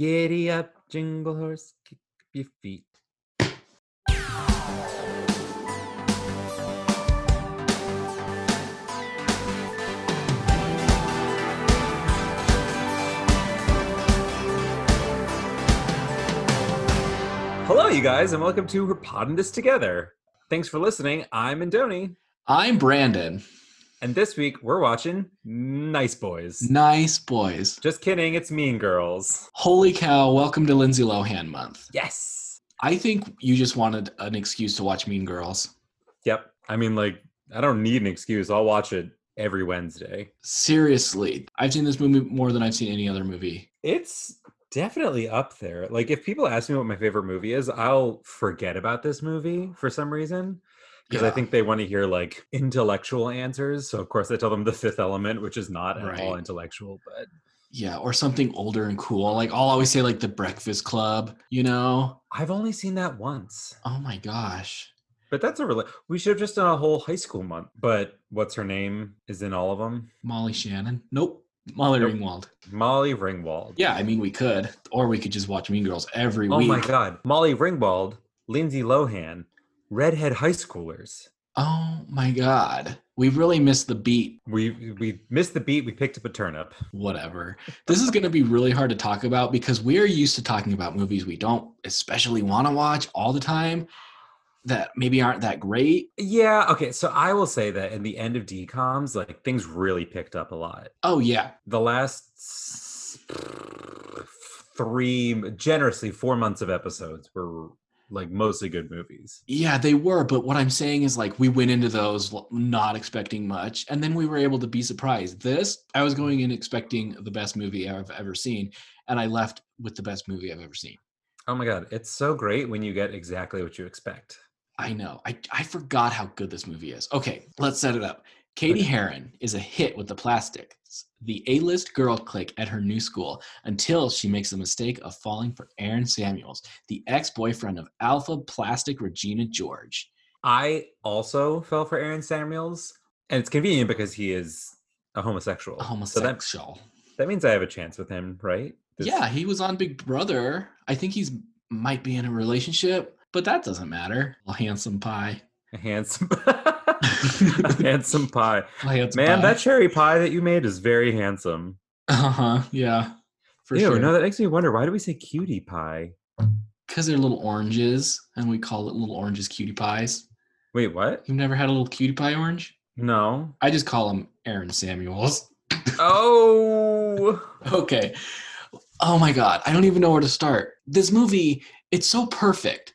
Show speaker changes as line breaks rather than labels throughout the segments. Giddy up, jingle horse, kick up your feet. Hello, you guys, and welcome to We're Podding This Together. Thanks for listening. I'm Indoni,
I'm Brandon.
and this week we're watching Nice Boys.
Nice boys.
Just kidding, it's Mean Girls.
Holy cow, welcome to Lindsay Lohan month.
Yes.
I think you just wanted an excuse to watch Mean Girls.
Yep. I mean, like, I don't need an excuse. I'll watch it every Wednesday.
Seriously, I've seen this movie more than I've seen any other movie.
It's definitely up there. Like, if people ask me what my favorite movie is, I'll forget about this movie for some reason because I
Yeah.
think they want to hear like intellectual answers. So, of course, I tell them the fifth element, which is not at all
Right.
intellectual, but
Yeah, or something older and cool. Like I'll always say like The Breakfast Club, you know?
I've only seen that once.
Oh my gosh.
But that's a really, we should have just done a whole high school month. But what's her name is in all of them?
Molly Shannon? Nope. Molly
Nope.
Ringwald.
Molly Ringwald.
Yeah, I mean we could. Or we could just watch Mean Girls every
Oh
week.
my God. Molly Ringwald, Lindsay Lohan, redhead high schoolers.
Oh my god. We really missed the beat
We we missed the beat. We picked up a turnip.
whatever. This is going to be really hard to talk about because we're used to talking about movies we don't especially want to watch all the time that maybe aren't that great.
Yeah. Okay. So I will say that in the end of DComs, like things really picked up a lot.
Oh, yeah.
The last s- three, generously four months of episodes were like mostly good movies.
Yeah, they were. But what I'm saying is, like, we went into those l- not expecting much, and then we were able to be surprised. This, I was going in expecting the best movie I've ever seen, and I left with the best movie I've ever seen.
Oh my God. It's so great when you get exactly what you expect.
I know. I, I forgot how good this movie is. Okay, let's set it up. Katie Heron is a hit with the plastics, the A list girl clique at her new school, until she makes the mistake of falling for Aaron Samuels, the ex boyfriend of alpha plastic Regina George.
I also fell for Aaron Samuels, and it's convenient because he is a homosexual.
A
Oh, So that,
homosexual.
that means I have a chance with him, right? This-
yeah, he was on Big Brother. I think he's might be in a relationship, but that doesn't matter. A handsome pie.
A handsome, a handsome pie.
A handsome
Man,
pie.
that cherry pie that you made is very handsome.
uh huh. Yeah. For
Ew,
sure.
no, that makes me wonder why do we say cutie pie?
because they're little oranges and we call it little oranges cutie pies.
Wait, what?
You've never had a little cutie pie orange?
No.
I just call them Aaron Samuels.
Oh,
Okay. Oh my God. I don't even know where to start. This movie, it's so perfect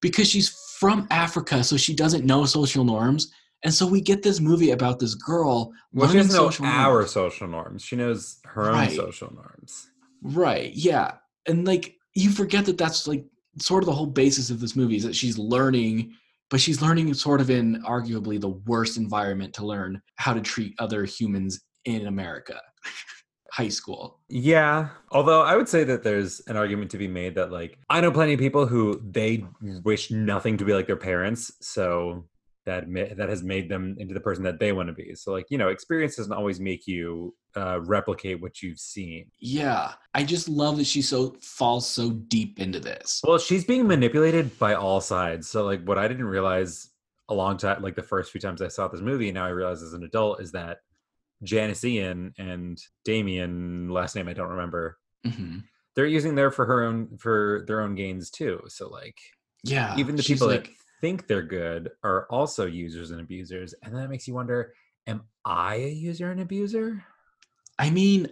because she's from Africa, so she doesn't know social norms. And so we get this movie about this girl
well, she
learning
doesn't know
social norms.
our social norms. She knows her own
Right.
social norms.
Right. Yeah. And like you forget that that's like sort of the whole basis of this movie is that she's learning, but she's learning sort of in arguably the worst environment to learn how to treat other humans in America. High school.
Yeah. Although I would say that there's an argument to be made that like I know plenty of people who they wish nothing to be like their parents, so that ma- that has made them into the person that they want to be. So like, you know, experience doesn't always make you uh replicate what you've seen.
Yeah. I just love that she so falls so deep into this.
Well, she's being manipulated by all sides. So like what I didn't realize a long time like the first few times I saw this movie and now I realize as an adult is that Janice Ian and Damien, last name I don't remember,
hmm
they're using their for her own for their own gains too. So like
Yeah.
even the
Ah, she's
people that think they're good are also users and abusers, and that makes you wonder: Am I a user and abuser?
I mean,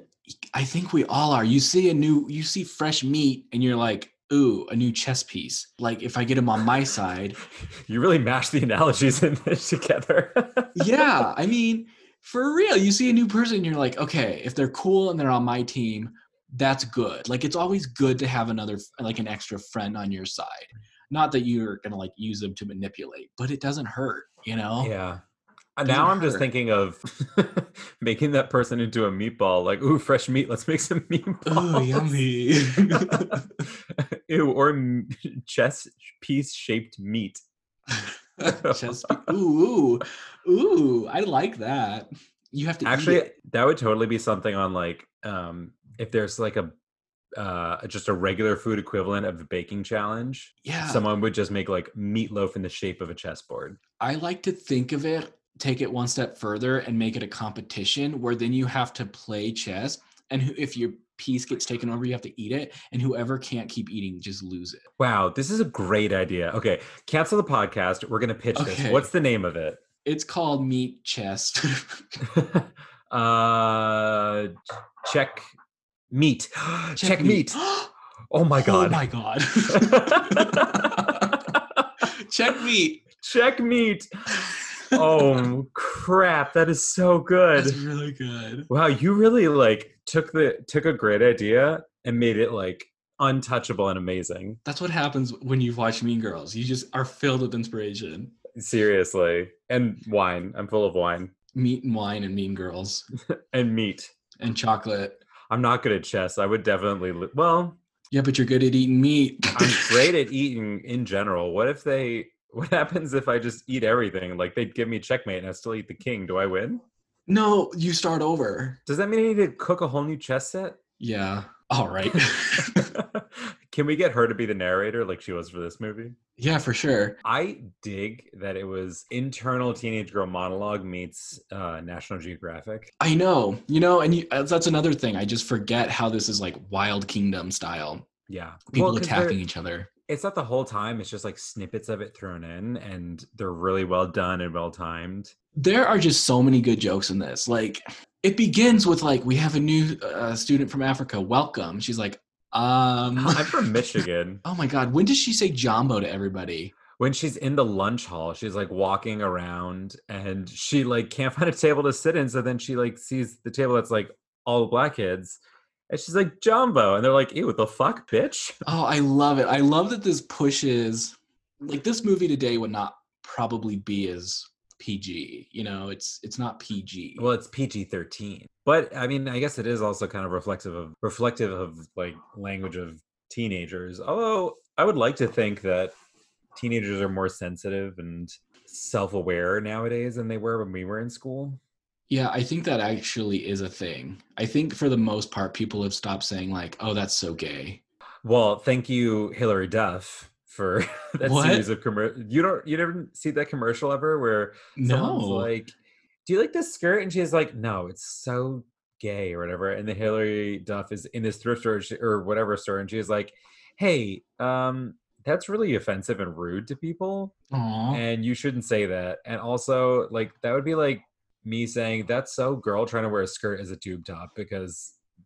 I think we all are. You see a new, you see fresh meat, and you're like, ooh, a new chess piece. Like if I get him on my side,
You really mash the analogies in this together.
yeah, I mean, for real, you see a new person, you're like, okay, if they're cool and they're on my team, that's good. Like, it's always good to have another, like, an extra friend on your side. Not that you're gonna like use them to manipulate, but it doesn't hurt, you know?
yeah. And
Doesn't
now I'm just
hurt.
thinking of making that person into a meatball. Like, ooh, fresh meat. Let's make some meatballs.
Oh, yummy.
Ew, or m- chess piece shaped meat.
Just, ooh, ooh, ooh, I like that. You have to eat
actually
it.
that would totally be something on like um if there's like a uh, just a regular food equivalent of the baking challenge,
Yeah.
someone would just make like meatloaf in the shape of a chessboard.
I like to think of it, take it one step further and make it a competition where then you have to play chess. And who- if your piece gets taken over, you have to eat it. And whoever can't keep eating just lose it.
Wow, this is a great idea. Okay, cancel the podcast. We're gonna pitch
Okay.
this. What's the name of it?
It's called meat chess.
uh, ch- check meat. Check, meat. Oh my
Oh
god.
my God. Checkmate.
check meat. Oh crap, that is so good.
That's really good.
Wow, you really like took the took a great idea and made it like untouchable and amazing.
That's what happens when you watch Mean Girls. You just are filled with inspiration.
Seriously. And wine. I'm full of wine
Meat and wine and Mean Girls
and meat.
and chocolate.
I'm not good at chess. I would definitely lo- well,
Yeah, but you're good at eating meat.
I'm great at eating in general. What if they what happens if I just eat everything? Like they'd give me checkmate and I still eat the king. Do I win?
no, you start over.
Does that mean I need to cook a whole new chess set?
Yeah. All right.
Can we get her to be the narrator like she was for this movie?
yeah, for sure.
I dig that it was internal teenage girl monologue meets uh, National Geographic.
I know. You know, and you, uh, that's another thing. I just forget how this is like Wild Kingdom style.
Yeah.
People
'cause they're-
attacking each other.
It's not the whole time, it's just like snippets of it thrown in, and they're really well done and well timed.
there are just so many good jokes in this like it begins with like we have a new uh, student from africa welcome she's like um
I'm from Michigan.
oh my god when does she say jumbo to everybody
When she's in the lunch hall, she's like walking around and she like can't find a table to sit in. So then she like sees the table that's like all the black kids. And she's like, Jumbo. And they're like, ew, what the fuck, bitch?
oh i love it i love that this pushes like this movie today would not probably be as pg you know it's it's not pg
Well, it's PG thirteen, but I mean, I guess it is also kind of reflective of reflective of like language of teenagers. Although I would like to think that teenagers are more sensitive and self aware nowadays than they were when we were in school.
yeah i think that actually is a thing i think for the most part people have stopped saying like oh that's so gay
Well, thank you, Hillary Duff, for that
What?
series of commercial. You don't, you never see that commercial ever where
no
someone's like, do you like this skirt? And she's like, no, it's so gay or whatever. And the Hillary Duff is in this thrift store or she- or whatever store, and she's like, hey, um, that's really offensive and rude to people,
Aw.
and you shouldn't say that. And also, like, that would be like me saying, that's so girl trying to wear a skirt as a tube top because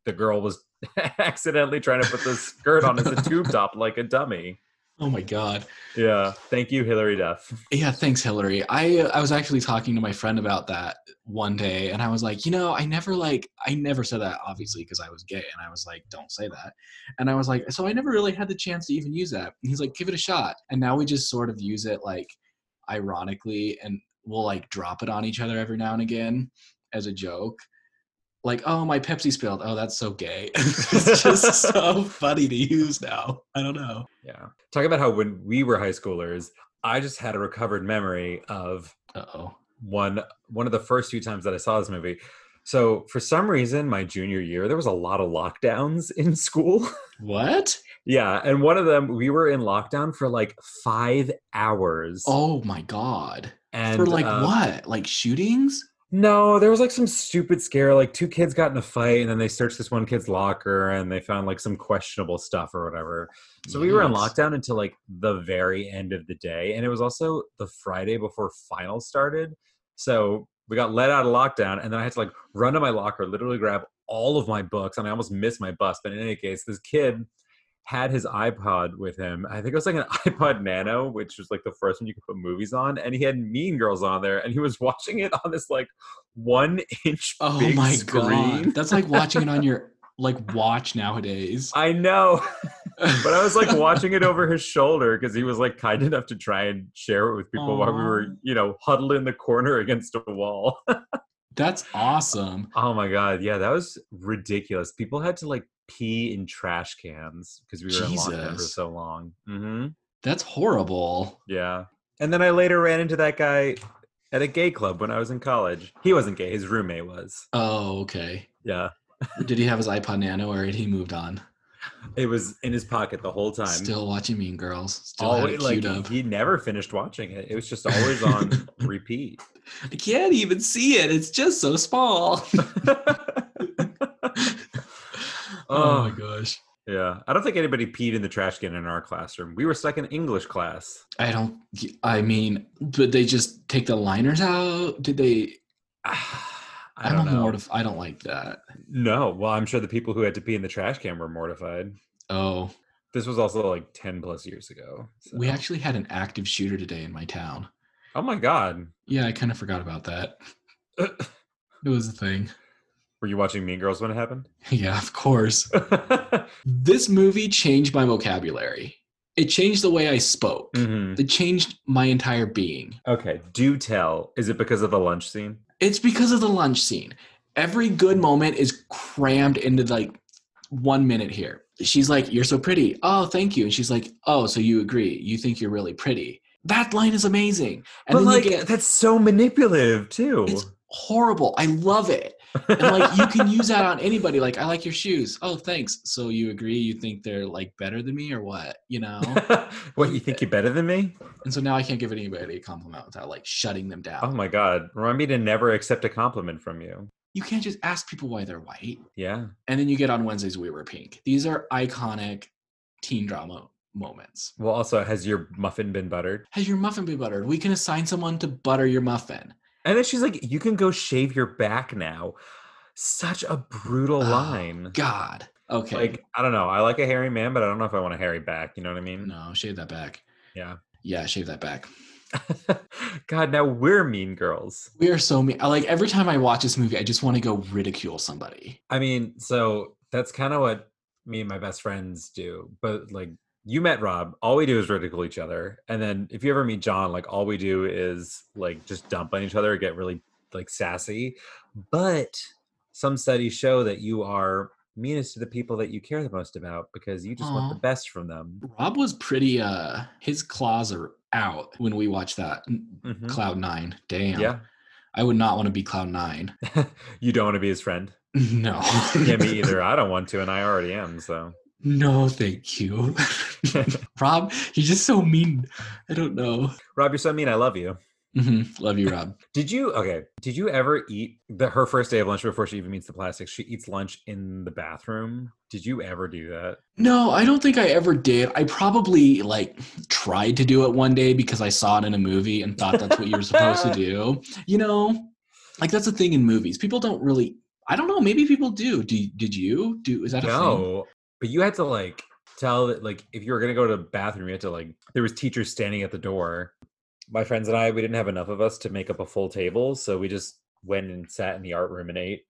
the girl was accidentally trying to put the skirt on as a tube top like a dummy.
oh my god
Yeah. Thank you, Hillary Duff.
Yeah, thanks, Hillary. I uh, I was actually talking to my friend about that one day, and I was like, you know, I never like I never said that obviously because I was gay, and I was like, don't say that, and I was like, so I never really had the chance to even use that. And he's like, give it a shot, and now we just sort of use it like ironically, and we'll like drop it on each other every now and again as a joke, like, oh my Pepsi spilled, oh that's so gay. it's just so funny to use now. I don't know.
Yeah. Talk about how when we were high schoolers, I just had a recovered memory of
Uh oh.
one one of the first few times that I saw this movie. So for some reason, my junior year, there was a lot of lockdowns in school.
What?
yeah. And one of them, we were in lockdown for like five hours.
Oh my god.
and
for like
uh,
what? Like shootings?
No, there was like some stupid scare. Like two kids got in a fight, and then they searched this one kid's locker, and they found like some questionable stuff or whatever. So we were in
Yikes.
lockdown until like the very end of the day, and it was also the Friday before finals started. So we got let out of lockdown, and then I had to like run to my locker, literally grab all of my books, and I almost missed my bus. But in any case, this kid had his iPod with him. I think it was like an iPod Nano, which was like the first one you could put movies on, and he had Mean Girls on there, and he was watching it on this like one inch
Oh
big
my
screen.
god. That's like watching it on your like watch nowadays.
I know, but I was like watching it over his shoulder because he was like kind enough to try and share it with people while we were,
Aw.
you know, huddled in the corner against a wall.
That's awesome.
oh my god, yeah, that was ridiculous. People had to like pee in trash cans because we were in lockdown for
Jesus.
so long. hmm
That's horrible.
Yeah. And then I later ran into that guy at a gay club when I was in college. He wasn't gay, his roommate was.
Oh, okay.
Yeah.
Did he have his iPod Nano or had he moved on?
It was in his pocket the whole time.
Still watching Mean Girls. Still had
always,
it
like
queued up.
he never finished watching it. It was just always on repeat.
I can't even see it. It's just so small. oh my
Oh.
gosh.
yeah, I don't think anybody peed in the trash can in our classroom. We were stuck in English class.
I don't. I mean, did they just take the liners out? Did they?
I
I'm
don't know.
mortif- I don't like that.
no, well, I'm sure the people who had to pee in the trash can were mortified.
Oh,
This was also like ten plus years ago. so-
we actually had an active shooter today in my town.
oh my god,
Yeah, I kind of forgot about that. It was a thing.
were you watching Mean Girls when it happened?
Yeah, of course. This movie changed my vocabulary. It changed the way I spoke.
Mhm.
It changed my entire being.
Okay, do tell. Is it because of the lunch scene?
It's because of the lunch scene. Every good moment is crammed into like one minute here. She's like, You're so pretty. Oh, thank you. And she's like, Oh, so you agree. You think you're really pretty. That line is amazing. And
but
then
like
you get
that's so manipulative too.
it's horrible. I love it. And like you can use that on anybody. Like, I like your shoes. Oh, thanks. So you agree you think they're like better than me or what? You know?
what you think you're better than me?
and so now I can't give anybody a compliment without like shutting them down.
Oh my god! Remind me to never accept a compliment from you.
you can't just ask people why they're white.
Yeah,
and then you get on Wednesdays we were pink. These are iconic teen drama moments.
Well, also, has your muffin been buttered?
Has your muffin been buttered? We can assign someone to butter your muffin.
And then she's like, "You can go shave your back now." Such a brutal
Oh,
line.
God. Okay.
Like, I don't know. I like a hairy man, but I don't know if I want a hairy back. You know what I mean?
no, shave that back.
Yeah.
Yeah, shave that back.
God, now we're mean girls.
We are so mean. I- Like every time I watch this movie, I just want to go ridicule somebody.
I mean, so that's kind of what me and my best friends do. But like, you met Rob. All we do is ridicule each other. And then if you ever meet John, like, all we do is like just dump on each other, get really like sassy. But some studies show that you are meanest to the people that you care the most about because you just want the
Aw.
best from them.
Rob was pretty. uh His claws are out when we watch that
Mhm.
Cloud Nine. Damn.
Yeah.
I would not want to be Cloud Nine.
You don't want to be his friend.
No.
Yeah, me either. I don't want to, and I already am. So
No, thank you. Rob, you're just so mean. I don't know.
Rob, you're so mean. I love you.
Mhm. Love you, Rob.
Did you okay? Did you ever eat the her first day of lunch before she even meets the plastics? She eats lunch in the bathroom. Did you ever do that?
No, I don't think I ever did. I probably like tried to do it one day because I saw it in a movie and thought that's what you were supposed to do. You know, like that's a thing in movies. People don't really. I don't know. Maybe people do. Do did you do? Is that a thing?
No, but you had to like tell that like if you were gonna go to the bathroom, you had to like there was teachers standing at the door. My friends and I, we didn't have enough of us to make up a full table, so we just went and sat in the art room and ate.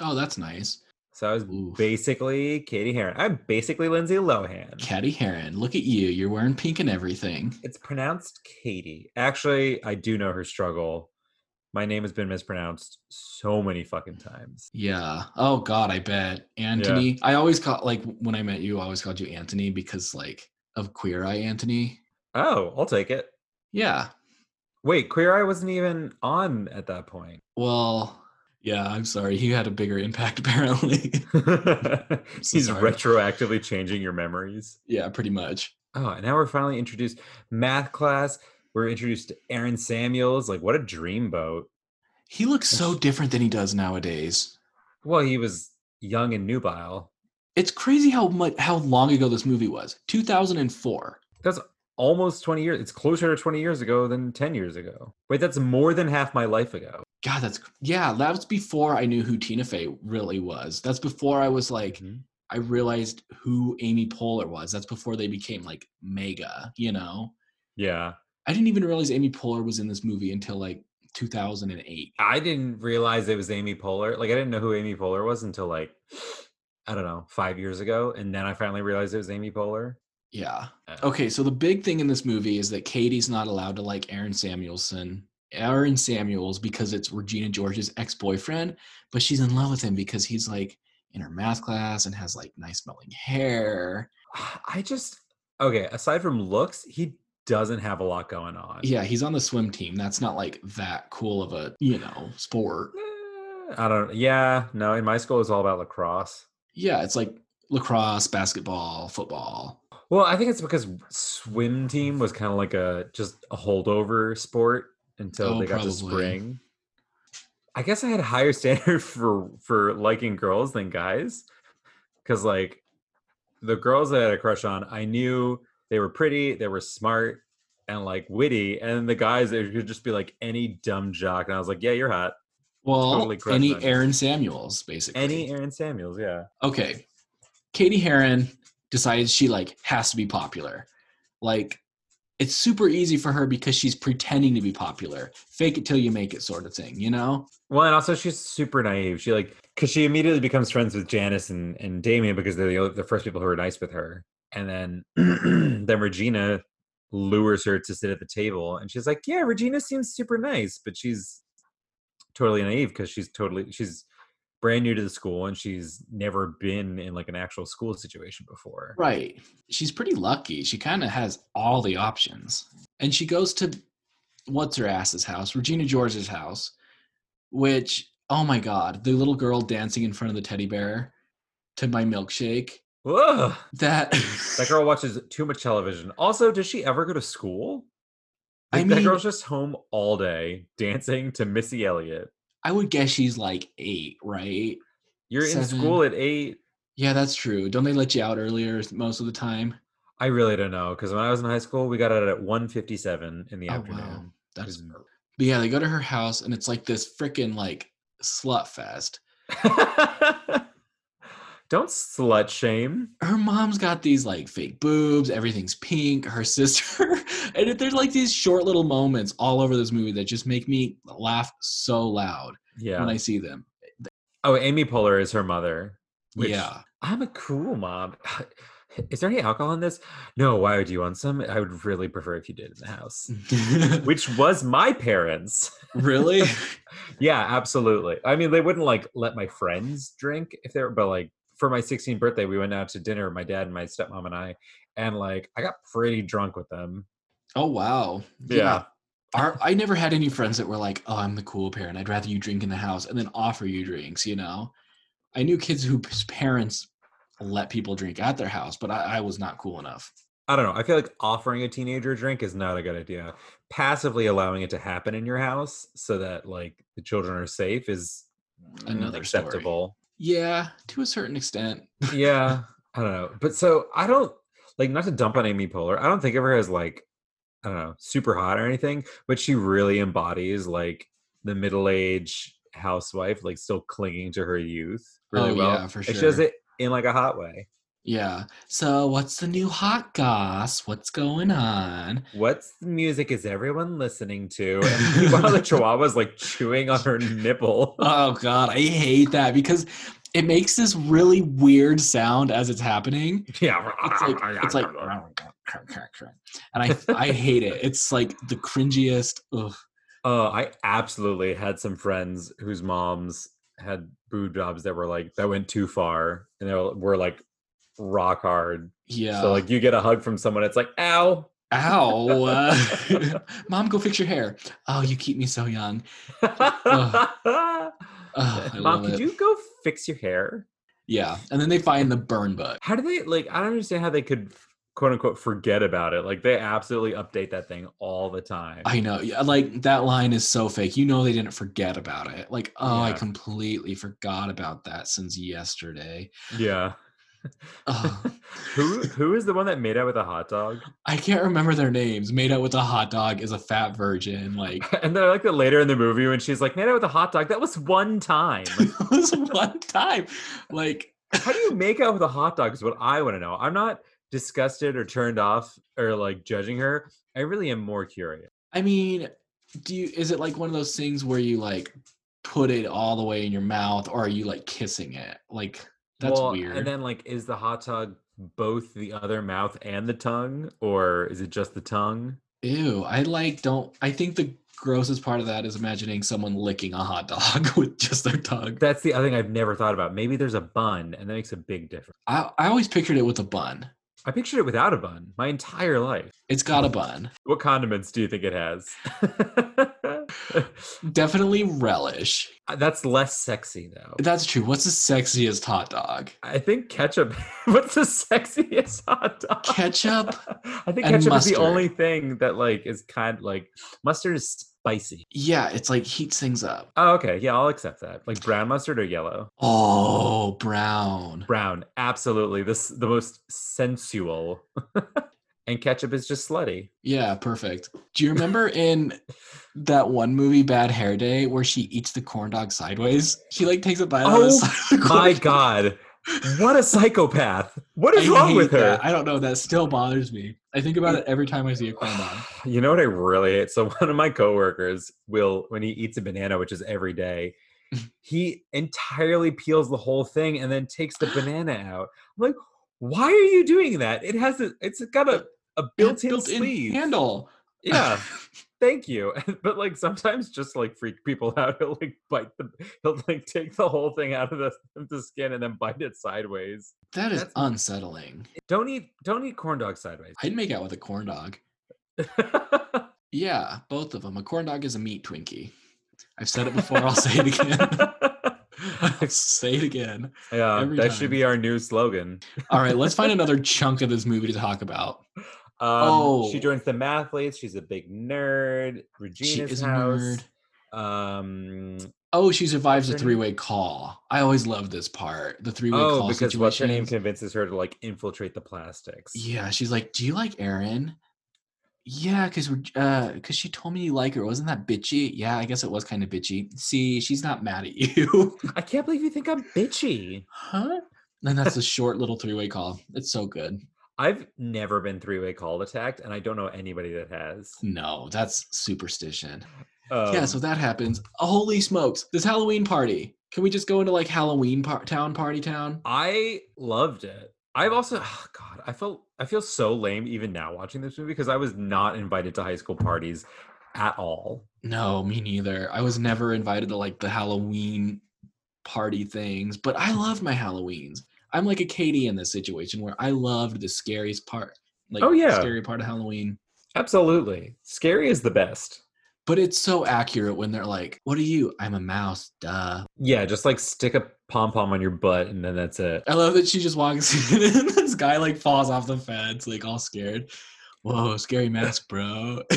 Oh, that's nice.
So I was
Ooh.
basically Katie Heron. I'm basically Lindsay Lohan.
Caddy Heron, look at you. You're wearing pink and everything.
It's pronounced Katie. Actually, I do know her struggle. My name has been mispronounced so many fucking times.
Yeah. Oh God, I bet Anthony. I always call like when I met you, I always called you Anthony because like of Queer Eye Anthony.
Oh, I'll take it.
Yeah.
Wait, Queer Eye wasn't even on at that point.
Well. Yeah. I'm sorry. He had a bigger impact apparently.
He's
sorry.
retroactively changing your memories.
yeah. Pretty much.
Oh, and now we're finally introduced math class. We're introduced to Aaron Samuels. Like, what a dreamboat.
He looks so different than he does nowadays.
Well, he was young and nubile.
It's crazy how much how long ago this movie was. 2004.
Almost 20 years. It's closer to 20 years ago than 10 years ago. Wait, that's more than half my life ago.
God, that's yeah. That was before I knew who Tina Fey really was. That's before I was like.
Mhm.
I realized who Amy Poehler was. That's before they became like mega, you know?
Yeah.
I didn't even realize Amy Poehler was in this movie until like 2008.
I didn't realize it was Amy Poehler. Like I didn't know who Amy Poehler was until like I don't know, 5 years ago and then I finally realized it was Amy Poehler.
Yeah.
Uh,
Okay, so the big thing in this movie is that Katie's not allowed to like Aaron Samuelson. Aaron Samuels because it's Regina George's ex-boyfriend, but she's in love with him because he's like in her math class and has like nice smelling hair.
I just okay, aside from looks, he doesn't have a lot going on.
Yeah, he's on the swim team. That's not like that cool of a, you know, sport.
Eh, I don't yeah, no, in my school it's all about lacrosse.
yeah, it's like lacrosse, basketball, football.
Well, I think it's because swim team was kind of like a just a holdover sport until
Oh,
they got
probably.
to spring. I guess I had a higher standard for for liking girls than guys cuz like the girls that I had a crush on, I knew they were pretty, they were smart and like witty, and the guys it could just be like any dumb jock and I was like, "Yeah, you're hot."
Well,
Totally crushed
any
on you.
Aaron Samuels, basically.
Any Aaron Samuels, yeah.
okay katie heron decides she like has to be popular like it's super easy for her because she's pretending to be popular fake it till you make it sort of thing you know
Well, and also she's super naive. She like because she immediately becomes friends with Janice and, and Damien because they're the, o- the first people who are nice with her. And then then Regina lures her to sit at the table, and she's like, "Yeah, Regina seems super nice, but she's totally naive because she's totally she's brand new to the school and she's never been in like an actual school situation before."
right she's pretty lucky she kind of has all the options and she goes to what's her ass's house regina george's house which oh my god the little girl dancing in front of the teddy bear to my milkshake
Whoa,
that
that girl watches too much television. Also, does she ever go to school?
I
Like, that
mean-
girl's just home all day dancing to Missy Elliott.
i would guess she's like eight right
You're in
Seven.
school at eight.
Yeah, that's true. Don't they let you out earlier most of the time?
I really don't know because when I was in high school, we got out at 1.57 in the
Oh, wow.
afternoon. It
That's
was-
but yeah, they go to her house and it's like this freaking like slut fest.
don't slut shame.
Her mom's got these like fake boobs, everything's pink, her sister. and it- there's like these short little moments all over this movie that just make me laugh so loud
Yeah.
when I see them.
oh, Amy Poehler is her mother. Which-
yeah.
I'm a cool mom. Is there any alcohol in this? No. Why would you want some? I would really prefer if you did in the house. Which was my parents.
really?
Yeah, absolutely. I mean, they wouldn't like let my friends drink if they were, but like for my 16th birthday, we went out to dinner, my dad and my stepmom and I, and like I got pretty drunk with them.
Oh wow.
Yeah.
Our, I never had any friends that were like, "Oh, I'm the cool parent. I'd rather you drink in the house and then offer you drinks." You know, I knew kids whose parents let people drink at their house, but I, I was not cool enough.
I don't know. I feel like offering a teenager a drink is not a good idea. Passively allowing it to happen in your house so that like the children are safe is mm,
Another story.
acceptable.
Yeah, to a certain extent.
yeah. I don't know. But so I don't like not to dump on Amy Poehler. I don't think of her as like I don't know, super hot or anything, but she really embodies like the middle age housewife, like still clinging to her youth really
Oh,
well.
yeah, for
And she does
sure.
it in like a hot way.
Yeah. So, what's the new hot goss? What's going on?
What's the music is everyone listening to? And meanwhile, the chihuahua's like chewing on her nipple.
Oh God, I hate that because it makes this really weird sound as it's happening.
yeah.
it's like it's like and i i hate it it's like the cringiest ugh.
Oh, I absolutely had some friends whose moms had boob jobs that were like that went too far and they were, were like rock hard.
yeah
So like you get a hug from someone, it's like ow.
ow uh, mom go fix your hair oh you keep me so young Ugh, I
Mom,
love
could
it.
you go fix your hair?
yeah and then they find the burn book
How do they like? I don't understand how they could quote unquote forget about it. Like they absolutely update that thing all the time.
i know yeah, like that line is so fake you know they didn't forget about it like oh i
Yeah.
completely forgot about that since yesterday
yeah.
Ugh.
who who is the one that made out with a hot dog?
i can't remember their names made out with a hot dog is a fat virgin like
And then I like that later in the movie when she's like made out with a hot dog. That was one time. Like,
it was one time like
how do you make out with a hot dog is what I want to know. I'm not disgusted or turned off or like judging her. I really am more curious.
I mean, do you is it like one of those things where you like put it all the way in your mouth or are you like kissing it? Like that's
Well,
weird.
And then like, is the hot dog both the other mouth and the tongue, or is it just the tongue?
Ew, I like don't I think the grossest part of that is imagining someone licking a hot dog with just their tongue.
That's the other thing I've never thought about. Maybe there's a bun, and that makes a big difference.
I, I always pictured it with a bun.
I pictured it without a bun my entire life.
It's got a bun.
What condiments do you think it has?
Definitely relish.
That's less sexy though.
That's true. What's the sexiest hot dog?
I think ketchup. What's the sexiest hot dog?
Ketchup.
I think
and
ketchup is
mustard.
the only thing that like is kind like mustard is spicy.
Yeah, it's like heats things up.
Oh, okay. Yeah, I'll accept that. Like brown mustard or yellow?
Oh, brown.
Brown. Absolutely. This the most sensual. and ketchup is just slutty.
Yeah, perfect. Do you remember in that one movie, Bad Hair Day, where she eats the corn dog sideways? She like takes a bite out of
Oh
the side of the corn
My
dog.
God. What a psychopath. What is
I
wrong
hate
with her?
that. I don't know. That still bothers me. I think about it every time I see a corn dog.
You know what I really hate? So one of my coworkers will, when he eats a banana, which is every day, he entirely peels the whole thing and then takes the banana out. I'm like, why are you doing that? It has a, it's got a, a built-in, sleeve.
handle.
Yeah. Thank you. But like sometimes just like freak people out. He'll like bite the he'll like take the whole thing out of the, of the skin and then bite it sideways.
That is
That's-
unsettling.
Don't eat don't eat corn dog sideways.
I'd make out with a corn dog. Yeah, both of them. A corn dog is a meat Twinkie. I've said it before. I'll say it again. I'll say it again.
Yeah,
Every
that
time.
should be our new slogan.
All right, let's find another chunk of this movie to talk about.
Um,
Oh.
She joins the mathletes. She's a big nerd. Regina's
is a
house. Um,
Oh, she survives a
Her name-
three-way call. I always love this part. The three-way
oh,
call
because what's her name
situation.
convinces her to like infiltrate the plastics.
Yeah, she's like, "Do you like Aaron?" Yeah, because we're uh, because she told me you like her. Wasn't that bitchy? Yeah, I guess it was kind of bitchy. See, she's not mad at you,
I can't believe you think I'm bitchy.
huh? And that's a short little three-way call. It's so good.
I've never been three-way call attacked, and I don't know anybody that has.
No, that's superstition.
Um,
yeah, so that happens. Holy smokes! This Halloween party. Can we just go into like Halloween par- town party town?
I loved it. I've also, oh, God, I felt I feel so lame even now watching this movie because I was not invited to high school parties at all.
No, me neither. I was never invited to like the Halloween party things, but I love my Halloweens. I'm like a Katie in this situation where I loved the scariest part. Like
Oh, yeah.
the scary part of Halloween.
Absolutely, scary is the best.
But it's so accurate when they're like, What are you? I'm a mouse, duh.
Yeah, just like stick a pom pom on your butt and then that's it.
I love that she just walks in and this guy like falls off the fence, like all scared. Whoa, scary mask, bro.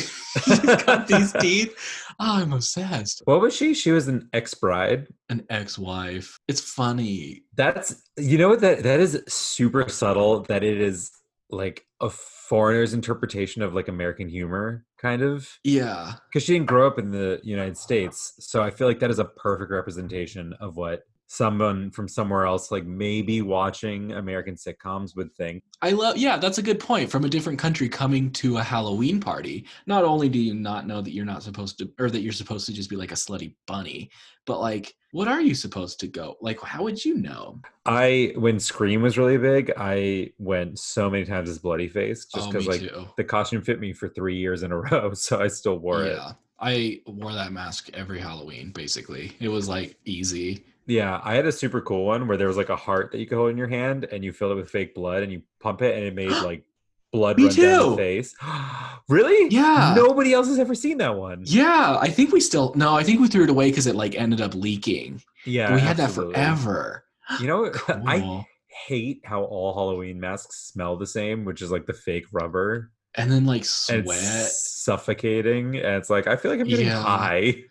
She's got these teeth. Oh, I'm obsessed.
What was she? She was an ex bride.
An ex-wife. It's funny.
That's you know what that that is super subtle that it is like a foreigner's interpretation of like American humor, kind of.
Yeah.
Because she didn't grow up in the United States. So I feel like that is a perfect representation of what someone from somewhere else, like maybe watching American sitcoms would think.
I love, yeah, that's a good point. From a different country coming to a Halloween party, not only do you not know that you're not supposed to, or that you're supposed to just be like a slutty bunny, but like, what are you supposed to go? Like, how would you know?
I when Scream was really big, I went so many times as bloody face just
oh,
because
me
like
too.
the costume fit me for three years in a row, so I still wore it.
yeah, I wore that mask every Halloween. Basically, it was like easy.
Yeah, I had a super cool one where there was like a heart that you could hold in your hand, and you fill it with fake blood, and you pump it, and it made like blood
Me
run down
too.
the face. really?
Yeah.
Nobody else has ever seen that one.
Yeah, I think we still no. I think we threw it away because it like ended up leaking.
Yeah,
But we had
absolutely.
that forever.
You know,
Cool.
I hate how all Halloween masks smell the same, which is like the fake rubber
and then like
and
sweat.
it's suffocating, and it's like I feel like I'm getting
Yeah.
high.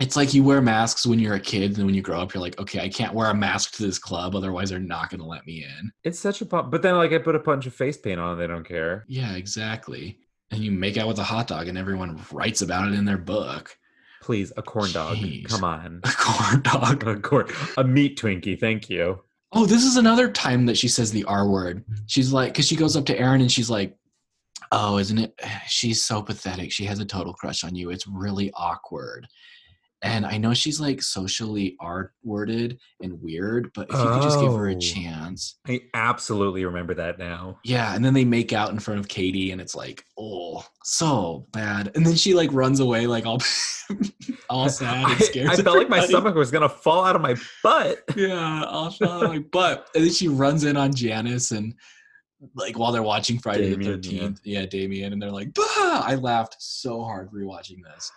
It's like you wear masks when you're a kid, and then when you grow up, you're like, okay, I can't wear a mask to this club, otherwise they're not going to let me in.
It's such a pop, but then like I put a bunch of face paint on, and they don't care.
Yeah, exactly. And you make out with a hot dog, and everyone writes about it in their book.
Please, a corn dog.
Jeez.
Come on.
A corn dog.
a corn, a meat Twinkie. Thank you.
Oh, this is another time that she says the R word.
Mm-hmm.
She's like, because she goes up to Aaron and she's like, oh, isn't it? She's so pathetic. She has a total crush on you. It's really awkward. And I know she's like socially R worded and weird, but if you could just give her a
Oh.
chance.
I absolutely remember that now.
Yeah, and then they make out in front of Katie, and it's like, oh, so bad. And then she like runs away, like all, all sad
I,
and scared.
I felt like my stomach was gonna fall out of my butt.
Yeah, all sad. Like, but and then she runs in on Janice, and like while they're watching Friday
Damien,
the
yeah.
Thirteenth, yeah. Damien, and they're like, bah! I laughed so hard rewatching this.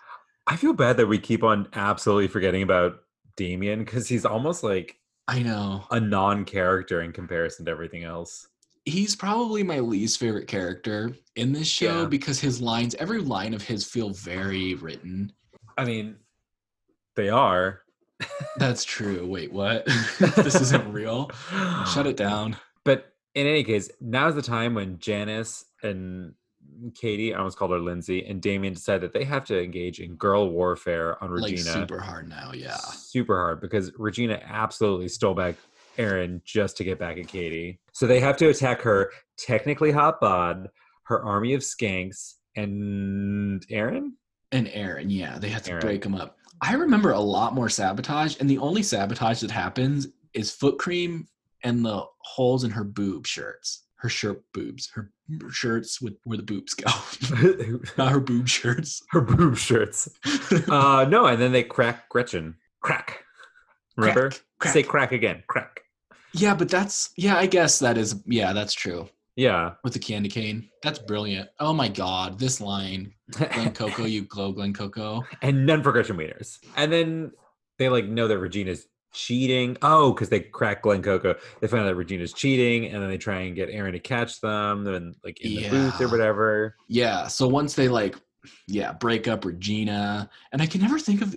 I feel bad that we keep on absolutely forgetting about Damien because he's almost like
I know.
a non-character in comparison to everything else.
He's probably my least favorite character in this show
Yeah.
because his lines, every line of his feel very written.
I mean, they are.
That's true. Wait, what? this isn't real. Shut it down.
But in any case, now's the time when Janice and Katie, I almost called her Lindsay, and Damien decide that they have to engage in girl warfare on Regina.
Like super hard now, yeah.
super hard because Regina absolutely stole back Aaron just to get back at Katie. So they have to attack her technically hot bod, her army of skanks, and Aaron.
And Aaron, yeah, they have to
Aaron.
break him up. I remember a lot more sabotage, and the only sabotage that happens is foot cream and the holes in her boob shirts. Her shirt boobs. Her shirts with where the boobs go. Not her boob shirts.
her boob shirts. Uh, no, and then they crack Gretchen. Crack. Remember?
Crack, crack.
Say crack again. Crack.
Yeah, but that's yeah, I guess that is yeah, that's true.
Yeah.
With the candy cane. That's brilliant. Oh my god, this line. Glen Coco, you glow, Glen Coco.
and none for Gretchen Wieners. And then they like know that Regina's cheating. Oh, because they crack Glen Coco. They find out that Regina's cheating, and then they try and get Aaron to catch them, and like in the booth or
Yeah.
whatever.
Yeah. So once they like, yeah, break up Regina, and I can never think of,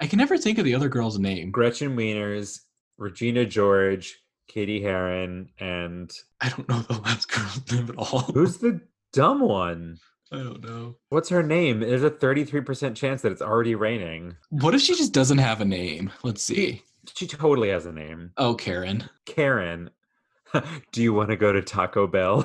I can never think of the other girl's name.
Gretchen Wieners, Regina George, Katie Heron, and
I don't know the last girl's name at all.
who's the dumb one?
I don't know.
What's her name? There's a 33% chance that it's already raining.
What if she just doesn't have a name? Let's see.
She totally has a name.
Oh, Karen.
Karen. do you want to go to Taco Bell?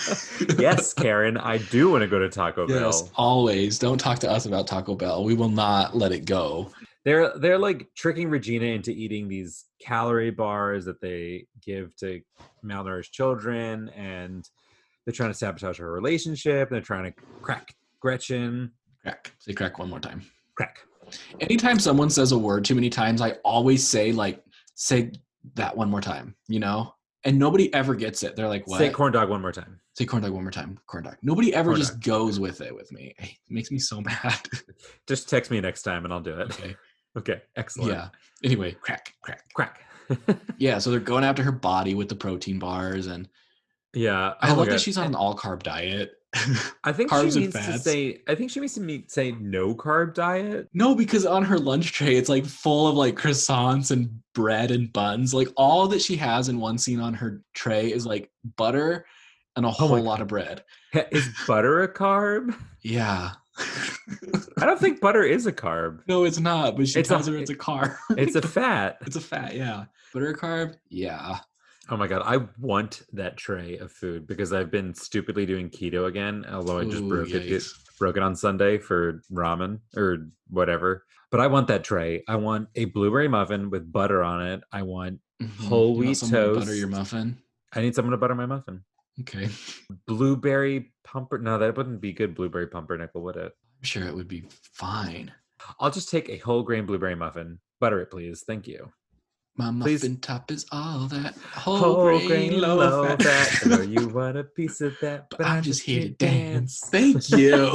yes, Karen, I do want to go to Taco Bell.
Yes. Always. Don't talk to us about Taco Bell. We will not let it go.
they're they're like tricking Regina into eating these calorie bars that they give to malnourished children, and they're trying to sabotage her relationship. And they're trying to crack Gretchen.
Crack. Say crack one more time.
Crack.
Anytime someone says a word too many times, I always say like, say that one more time. You know. And nobody ever gets it. They're like, what?
Say corn dog one more time.
Say corn dog one more time. Corn dog. Nobody ever
Corn
just
dog.
goes with it with me. It makes me so mad.
Just text me next time, and I'll do it.
okay.
Okay. Excellent.
Yeah. Anyway, crack, crack.
Crack.
Yeah. So they're going after her body with the protein bars, and
yeah. oh my
I love
God.
that she's on an all carb diet.
I think
carbs
she
and
needs to
fats.
say. I think she needs to me- say no carb diet.
no, because on her lunch tray, it's like full of like croissants and bread and buns. Like all that she has in one scene on her tray is like butter and a whole
Oh my
lot of bread.
Is butter a carb?
Yeah.
I don't think butter is a carb.
no, it's not. But she
It's a-
tells her it's a carb.
It's a fat.
it's a fat. Yeah. Butter carb. Yeah.
Oh my god, I want that tray of food because I've been stupidly doing keto again. Although I just
Ooh,
broke it,
yikes.
broke it on Sunday for ramen or whatever. But I want that tray. I want a blueberry muffin with butter on it. I want.
Mhm.
Whole
You want
wheat
someone to Butter your
toast.
muffin.
I need someone to butter my muffin.
Okay. I'm
Blueberry pumper. No, that wouldn't be good. Blueberry pumpernickel, would it?
sure it would be fine.
I'll just take a whole grain blueberry muffin. Butter it, please. Thank you.
My
Please.
muffin top is all that whole, grain, low fat.
fat. I know you want a piece of that,
but I'm just here to dance.
dance.
Thank you,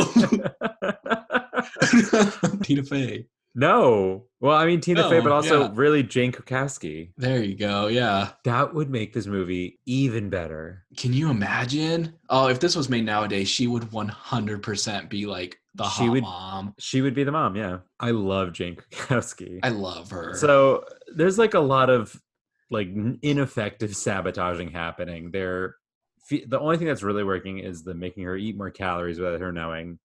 Tina Fey.
No. Well, I mean Tina Fey,
No,
but also
Oh, yeah.
really Jane Krakowski.
There you go. Yeah.
That would make this movie even better.
Can you imagine? Oh, if this was made nowadays, she would 100% be like the
She
hot
would-
mom.
She would be the mom, yeah. I love Jane Krakowski.
I love her.
so there's like a lot of like n- ineffective sabotaging happening. They're fe- the only thing that's really working is the making her eat more calories without her knowing.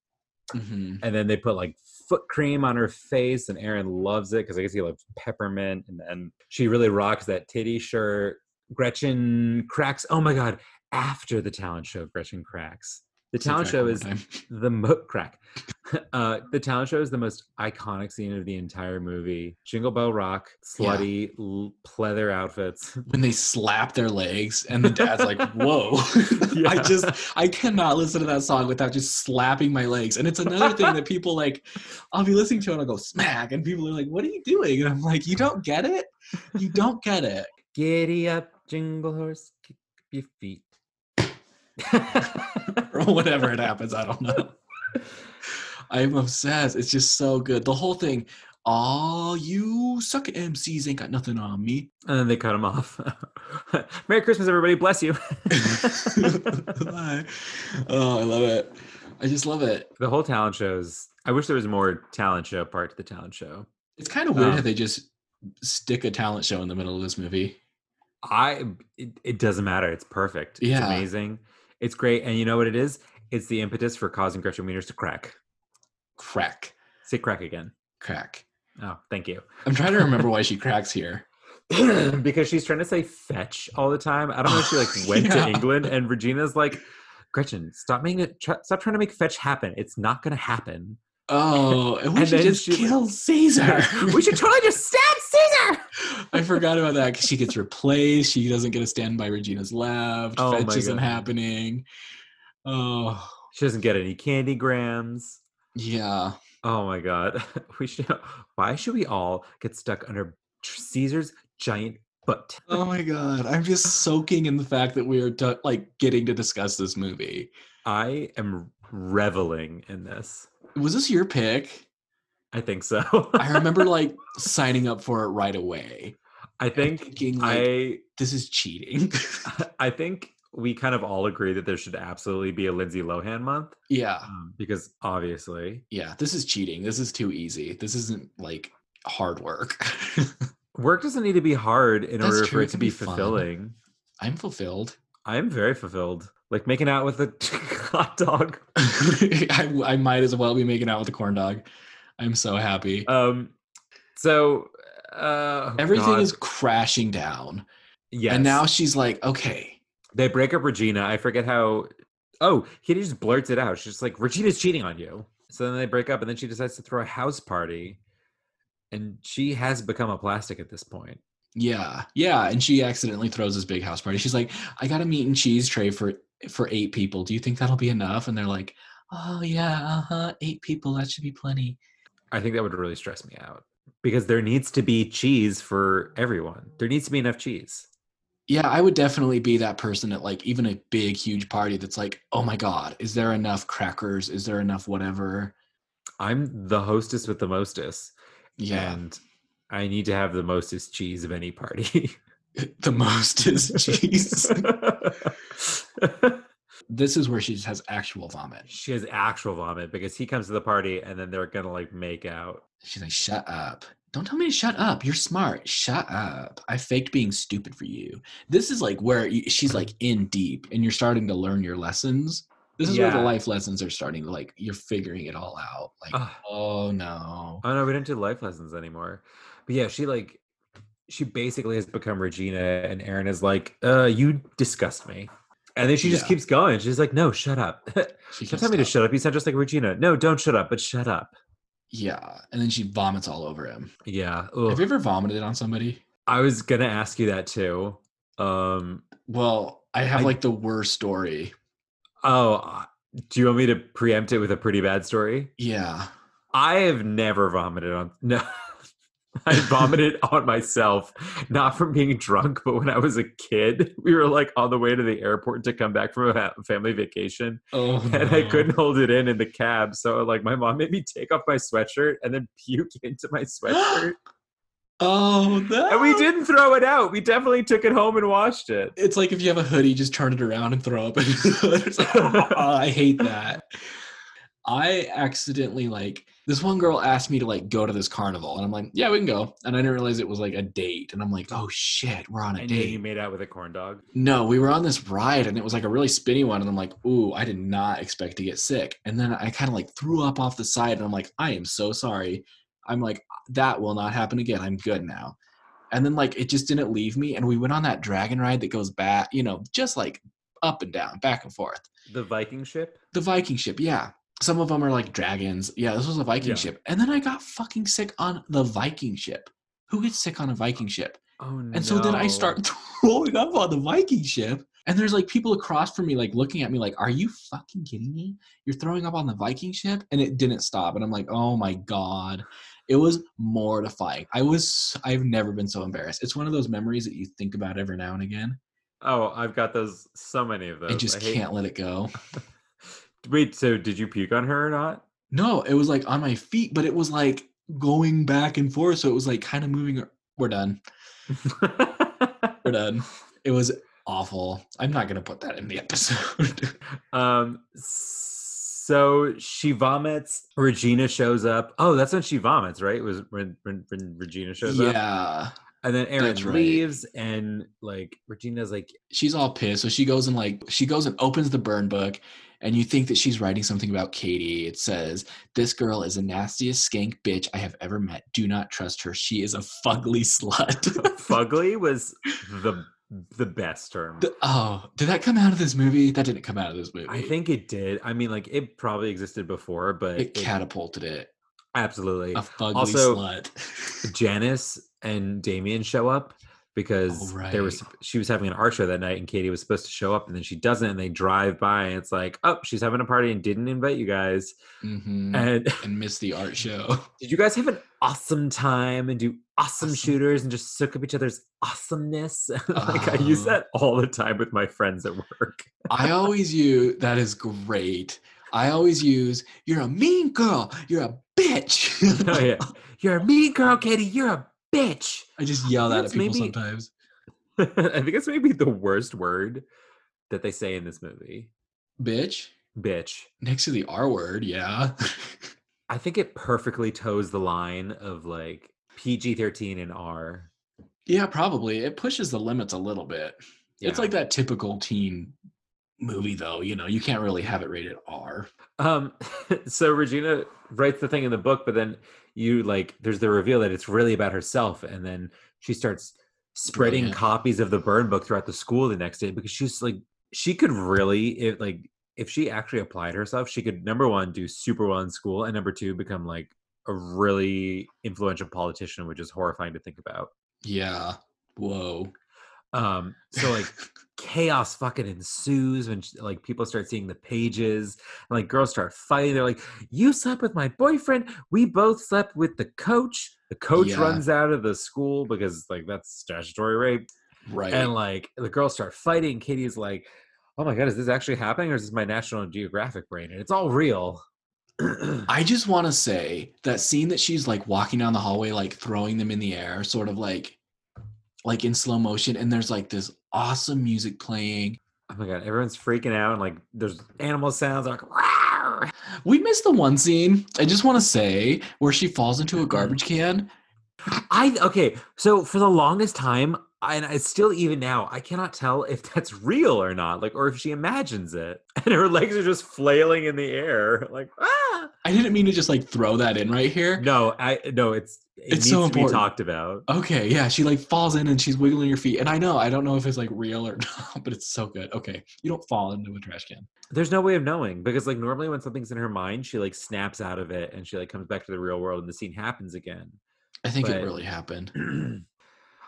Mhm.
And then they put like foot cream on her face, and Aaron loves it because I guess he loves peppermint. And then she really rocks that titty shirt. Gretchen cracks. Oh my god! After the talent show, Gretchen cracks. The
Say
talent
crack
show
one
is
more time.
the mo- crack. Uh, the talent show is the most iconic scene of the entire movie. Jingle Bell Rock, slutty l- pleather outfits.
when they slap their legs and the dad's like whoa i
Yeah.
just i cannot listen to that song without just slapping my legs and it's another thing that people like i'll be listening to it and i'll go smack and people are like what are you doing and i'm like you don't get it you don't get it
Giddy up, jingle horse, kick up your feet.
or whatever it happens i don't know I'm obsessed. It's just so good. The whole thing. All you suck at MCs ain't got nothing on me.
And then they cut him off. Merry Christmas, everybody. Bless you. the
Bye. oh, I love it. I just love it.
whole talent shows. I wish there was more talent show part to the talent show.
It's kind of weird
Um,
how they just stick a talent show in the middle of this movie.
I it, it doesn't matter. It's perfect. It's
Yeah.
amazing. It's great. And you know what it is? It's the impetus for causing Gretchen Wieners to crack.
Crack,
Say crack again.
crack.
Oh, thank you.
I'm trying to remember why she cracks here.
because she's trying to say fetch all the time. I don't know if she like went
Yeah.
to England and Regina's like, Gretchen, stop making it. Try, stop trying to make fetch happen. It's not going to happen.
Oh, and we
And
should
then
just
she-
kill Caesar.
we should totally just stab Caesar.
I forgot about that. 'cause She gets replaced. She doesn't get a stand by Regina's left.
Oh my
Fetch isn't
God.
happening. Oh,
She doesn't get any candy grams.
yeah.
Oh my god. We should. Why should we all get stuck under Caesar's giant butt?
Oh my God. I'm just soaking in the fact that we are du- like getting to discuss this movie.
I am reveling in this.
Was this your pick?
I think so.
I remember like signing up for it right away.
I think
Thinking like
I
this is cheating.
I think we kind of all agree that there should absolutely be a Lindsay Lohan month
yeah.
um, because obviously
Yeah. This is cheating. This is too easy. This isn't like hard work.
work doesn't need to be hard in
That's
order
true,
for
it
it to
can
be
be fun.
fulfilling.
I'm fulfilled.
I'm very fulfilled. Like making out with a hot dog.
I, I might as well be making out with a corn dog. I'm so happy.
Um so uh oh
Everything
God,
is crashing down.
yes.
And now she's like, okay,
they break up Regina. I forget how. Oh, he just blurts it out. She's just like, Regina's cheating on you. So then they break up, and then she decides to throw a house party. And she has become a plastic at this point.
yeah, yeah. And she accidentally throws this big house party. She's like, I got a meat and cheese tray for for eight people. Do you think that'll be enough? And they're like, oh yeah, uh-huh, eight people. That should be plenty.
I think that would really stress me out because there needs to be cheese for everyone. There needs to be enough cheese.
Yeah, I would definitely be that person at like even a big, huge party that's like, oh my god, is there enough crackers? Is there enough whatever?
I'm the hostess with the mostest,
Yeah,
and I need to have the mostest cheese of any party.
the most is cheese. this is where she just has actual vomit.
she has actual vomit because he comes to the party, and then they're gonna like make out.
She's like, shut up. Don't tell me to shut up. You're smart. Shut up. I faked being stupid for you. This is like where you, she's like in deep and you're starting to learn your lessons. This is where the
Yeah. Uh-huh.
life lessons are starting to like, you're figuring it all out. Like,
Ugh.
oh no.
Oh no, we don't do life lessons anymore. But yeah, she like she basically has become Regina and Aaron is like, uh, you disgust me. And then she just
Yeah.
keeps going. She's like, no, shut up. don't
She
tell me to
stop.
shut up. You sound just like Regina. No, don't shut up, but shut up.
Yeah. And then she vomits all over him.
Yeah.
Have
ugh.
you ever vomited on somebody?
I was gonna ask you that too. Um
Well, I have
I-
like the worst story.
oh uh, do you want me to preempt it with a pretty bad story?
Yeah.
I have never vomited on no I vomited on myself, not from being drunk, but when I was a kid, we were like on the way to the airport to come back from a ha- family vacation,
Oh,
and I
no.
couldn't hold it in in the cab. So, like, my mom made me take off my sweatshirt and then puke into my sweatshirt.
Oh, no.
and we didn't throw it out. We definitely took it home and washed it.
It's like if you have a hoodie, just turn it around and throw up. in the hood. It's like, "Oh, I hate that. I accidentally like this one girl asked me to like go to this carnival, and I'm like, yeah, we can go. And I didn't realize it was like a date, and I'm like, oh shit, we're on a
And
date.
he made out with a corn dog.
No, we were on this ride and it was like a really spinny one. And I'm like, ooh, I did not expect to get sick. And then I kind of like threw up off the side and I'm like, I am so sorry. I'm like, that will not happen again. I'm good now. And then like it just didn't leave me. And we went on that dragon ride that goes back, you know, just like up and down, back and forth.
The Viking ship?
The Viking ship, yeah. Some of them are like dragons. Yeah, this was a Viking
Yeah.
ship. And then I got fucking sick on the Viking ship. Who gets sick on a Viking ship?
Oh, no.
And so then I start throwing up on the Viking ship. And there's like people across from me, like looking at me, like, are you fucking kidding me? You're throwing up on the Viking ship? And it didn't stop. And I'm like, oh my God. It was mortifying. I was, I've never been so embarrassed. It's one of those memories that you think about every now and again.
Oh, I've got those, so many of those.
I just
hate-
can't let it go.
Wait, so did you puke on her or not?
No, it was like on my feet, but it was like going back and forth. So it was like kind of moving. ar- We're done. We're done. It was awful. I'm not going to put that in the episode.
um, so she vomits. Regina shows up. Oh, that's when she vomits, right? It was when, when, when Regina shows up.
yeah.
And then Aaron
That's right.
leaves, and like Regina's like,
She's all pissed. So she goes and like, she goes and opens the burn book. And you think that she's writing something about Katie. It says, This girl is the nastiest skank bitch I have ever met. Do not trust her. She is a fugly slut.
"Fugly" was the the best term.
The- oh, did that come out of this movie? That didn't come out of this movie.
I think it did. I mean, like it probably existed before, but
it catapulted it.
absolutely.
A fugly
Also-
slut.
Janice and Damien show up because there was she was having an art show that night, and Katie was supposed to show up, and then she doesn't, and they drive by, and it's like, oh, she's having a party and didn't invite you guys.
Mhm.
And
and miss the art show.
did you guys have an awesome time and do awesome
Awesome.
shooters and just soak up each other's awesomeness? like I use
Oh.
that all the time with my friends at work.
I always use that is great. I always use you're a mean girl, you're a bitch.
oh yeah, you're a mean girl, Katie. You're a bitch.
I just yell that at
That's
people
maybe-
sometimes.
I think it's maybe the worst word that they say in this movie.
Bitch
Bitch.
next to the R word, yeah.
I think it perfectly toes the line of like PG 13 and R.
yeah, probably. It pushes the limits a little bit. It's
Yeah.
like that typical teen movie though, you know, you can't really have it rated R.
Um, so Regina writes the thing in the book, but then you like, there's the reveal that it's really about herself. And then she starts
Oh,
spreading
Brilliant.
copies of the burn book throughout the school the next day because she's like, she could really, if like, if she actually applied herself, she could number one, do super well in school, and number two, become like a really influential politician, which is horrifying to think about.
Yeah. Whoa.
Um, so like, chaos fucking ensues when sh- like people start seeing the pages and, like girls start fighting they're like you slept with my boyfriend we both slept with the coach the coach
Yeah.
runs out of the school because like that's statutory rape
right.
and like the girls start fighting katie's like oh my god is this actually happening or is this my national geographic brain and it's all real Oh
I just want to say that scene that she's like walking down the hallway, like throwing them in the air, sort of like, like in slow motion, and there's like this awesome music playing.
oh my god everyone's freaking out and like there's animal sounds like "Rawr!"
We missed the one scene. I just want to say where she falls into a garbage can.
I okay. So for the longest time, I- and it's still even now, I cannot tell if that's real or not, like, or if she imagines it, and her legs are just flailing in the air, like ah.
I didn't mean to just like throw that in right here.
No, I no, it's it
It's
needs
so
to be
important.
talked about.
Okay, yeah, she like falls in and she's wiggling her feet, and I know I don't know if it's like real or not, but it's so good. Okay, you don't fall into a trash can.
There's no way of knowing because, like, normally when something's in her mind, she like snaps out of it and she like comes back to the real world, and the scene happens again.
I think it
But-
really happened.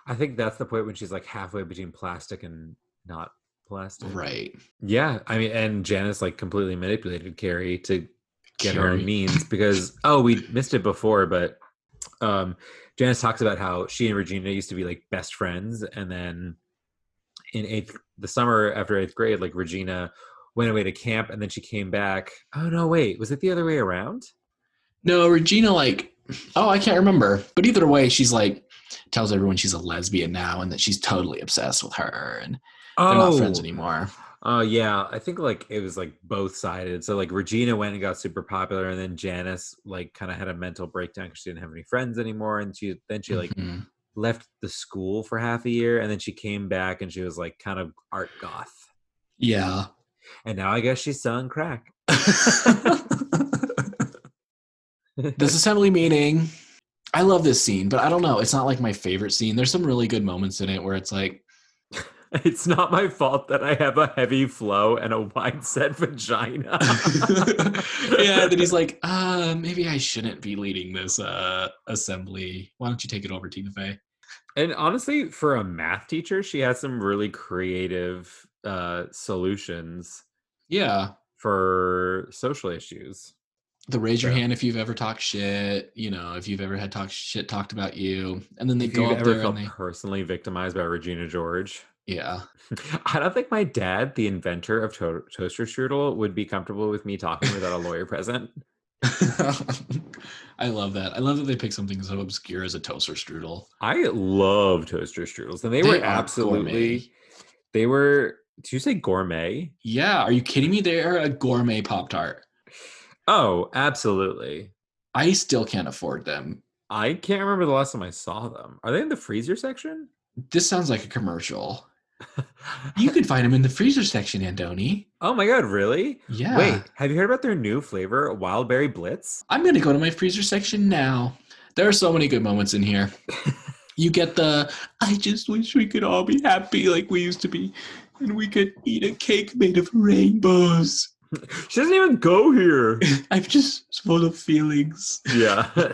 I think that's the point when she's like halfway between plastic and not plastic.
Right.
Yeah, I mean, and Janice like completely manipulated Carrie to get her
Carrie.
own means because oh, we missed it before, but um, Janice talks about how she and Regina used to be like best friends, and then in eighth, the summer after eighth grade, like Regina went away to camp, and then she came back. Oh no, wait, was it the other way around?
No, Regina, like, oh, I can't remember. But either way, she's like, tells everyone she's a lesbian now and that she's totally obsessed with her and they're not friends anymore.
Oh yeah, I think like it was like both sided. So like Regina went and got super popular, and then Janice like kind of had a mental breakdown because she didn't have any friends anymore, and she then she like
Mhm.
left the school for half a year, and then she came back and she was like kind of art goth,
yeah.
and now I guess she's selling crack.
this assembly meeting, I love this scene, but I don't know. It's not like my favorite scene. There's some really good moments in it where it's like,
It's not my fault that I have a heavy flow and a wide set vagina.
yeah, that he's like, uh, maybe I shouldn't be leading this uh, assembly. Why don't you take it over, Tina Fey?
And honestly, for a math teacher, she has some really creative uh, solutions.
Yeah.
for social issues.
the raise your
Yeah.
hand if you've ever talked shit, you know, if you've ever had talk shit talked about you. And then they
If
go
you
up
ever
there
felt
and they
personally victimized by Regina George,
Yeah.
I don't think my dad, the inventor of to- toaster strudel, would be comfortable with me talking without a lawyer present.
I love that. I love that they pick something so obscure as a toaster strudel.
I love toaster strudels, and they,
They
were
are
absolutely.
gourmet.
They were. Did you say gourmet?
Yeah, are you kidding me? They are a gourmet Pop Tart.
Oh, absolutely.
I still can't afford them.
I can't remember the last time I saw them. Are they in the freezer section?
This sounds like a commercial. You can find them in the freezer section, Andoni.
oh my god, really?
Yeah.
Wait, have you heard about their new flavor, Wild Berry Blitz?
I'm going to go to my freezer section now. There are so many good moments in here. You get the I just wish we could all be happy like we used to be and we could eat a cake made of rainbows.
She doesn't even go here.
I'm just full of feelings.
yeah. Do